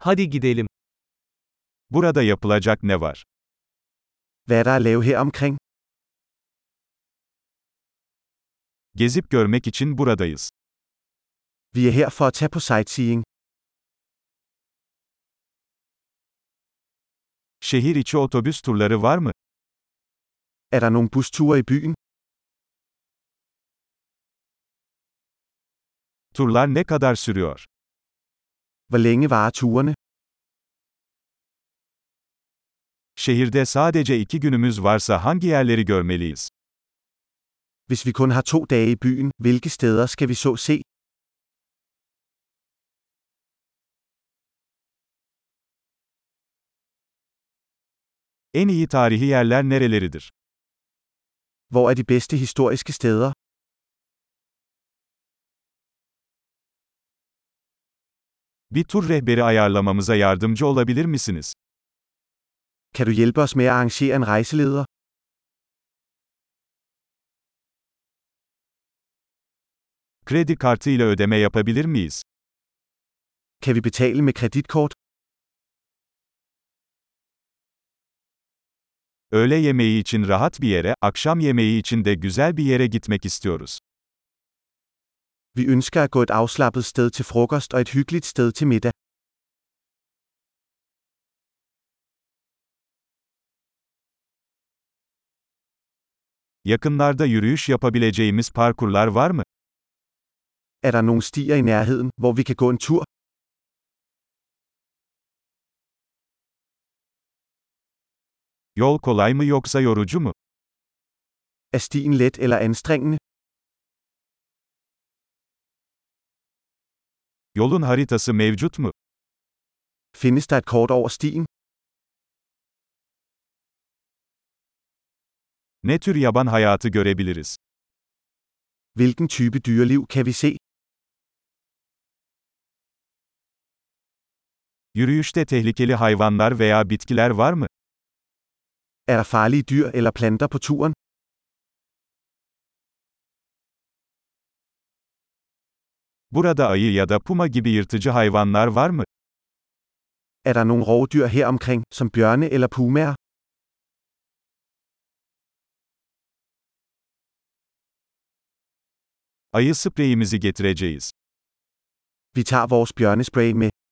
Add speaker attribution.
Speaker 1: Hadi gidelim.
Speaker 2: Burada yapılacak ne var?
Speaker 3: Hvad er der at lave her omkring?
Speaker 2: Gezip görmek için buradayız.
Speaker 3: Vi er her for at tage på sightseeing.
Speaker 2: Şehir içi otobüs turları var mı?
Speaker 3: Er der nogle busture i byen?
Speaker 2: Turlar ne kadar sürüyor?
Speaker 3: Hvor længe varer turene?
Speaker 2: Şehirde sadece iki günümüz varsa hangi yerleri görmeliyiz?
Speaker 3: Hvis vi kun har to dage i byen, hvilke steder skal vi så se?
Speaker 2: En iyi tarihi yerler nereleridir?
Speaker 3: Hvor er de bedste historiske steder?
Speaker 2: Bir tur rehberi ayarlamamıza yardımcı olabilir misiniz?
Speaker 3: Kan du hjælpe os med at arrangere en rejseleder?
Speaker 2: Kredi kartı ile ödeme yapabilir miyiz?
Speaker 3: Kan vi betale med kreditkort?
Speaker 2: Öğle yemeği için rahat bir yere, akşam yemeği için de güzel bir yere gitmek istiyoruz.
Speaker 3: Vi ønsker at gå et afslappet sted til frokost og et hyggeligt sted til middag.
Speaker 2: Yakınlarda yürüyüş yapabileceğimiz parkurlar var mı?
Speaker 3: Er der nogle stier i nærheden, hvor vi kan gå en tur?
Speaker 2: Yol kolay mı yoksa yorucu mu?
Speaker 3: Er stien let eller anstrengende?
Speaker 2: Yolun haritası mevcut mu?
Speaker 3: Findes der et kort over stien?
Speaker 2: Ne tür yaban hayatı görebiliriz?
Speaker 3: Hvilken type dyreliv kan vi se?
Speaker 2: Yürüyüşte tehlikeli hayvanlar veya bitkiler var mı?
Speaker 3: Er der farlige dyr eller planter på turen?
Speaker 2: Burada ayı ya da puma gibi yırtıcı hayvanlar var mı?
Speaker 3: Er der nogle rovdyr her omkring, som bjørne eller pumaer?
Speaker 2: Ayı spreyimizi getireceğiz.
Speaker 3: Vi tager vores bjørnespray med.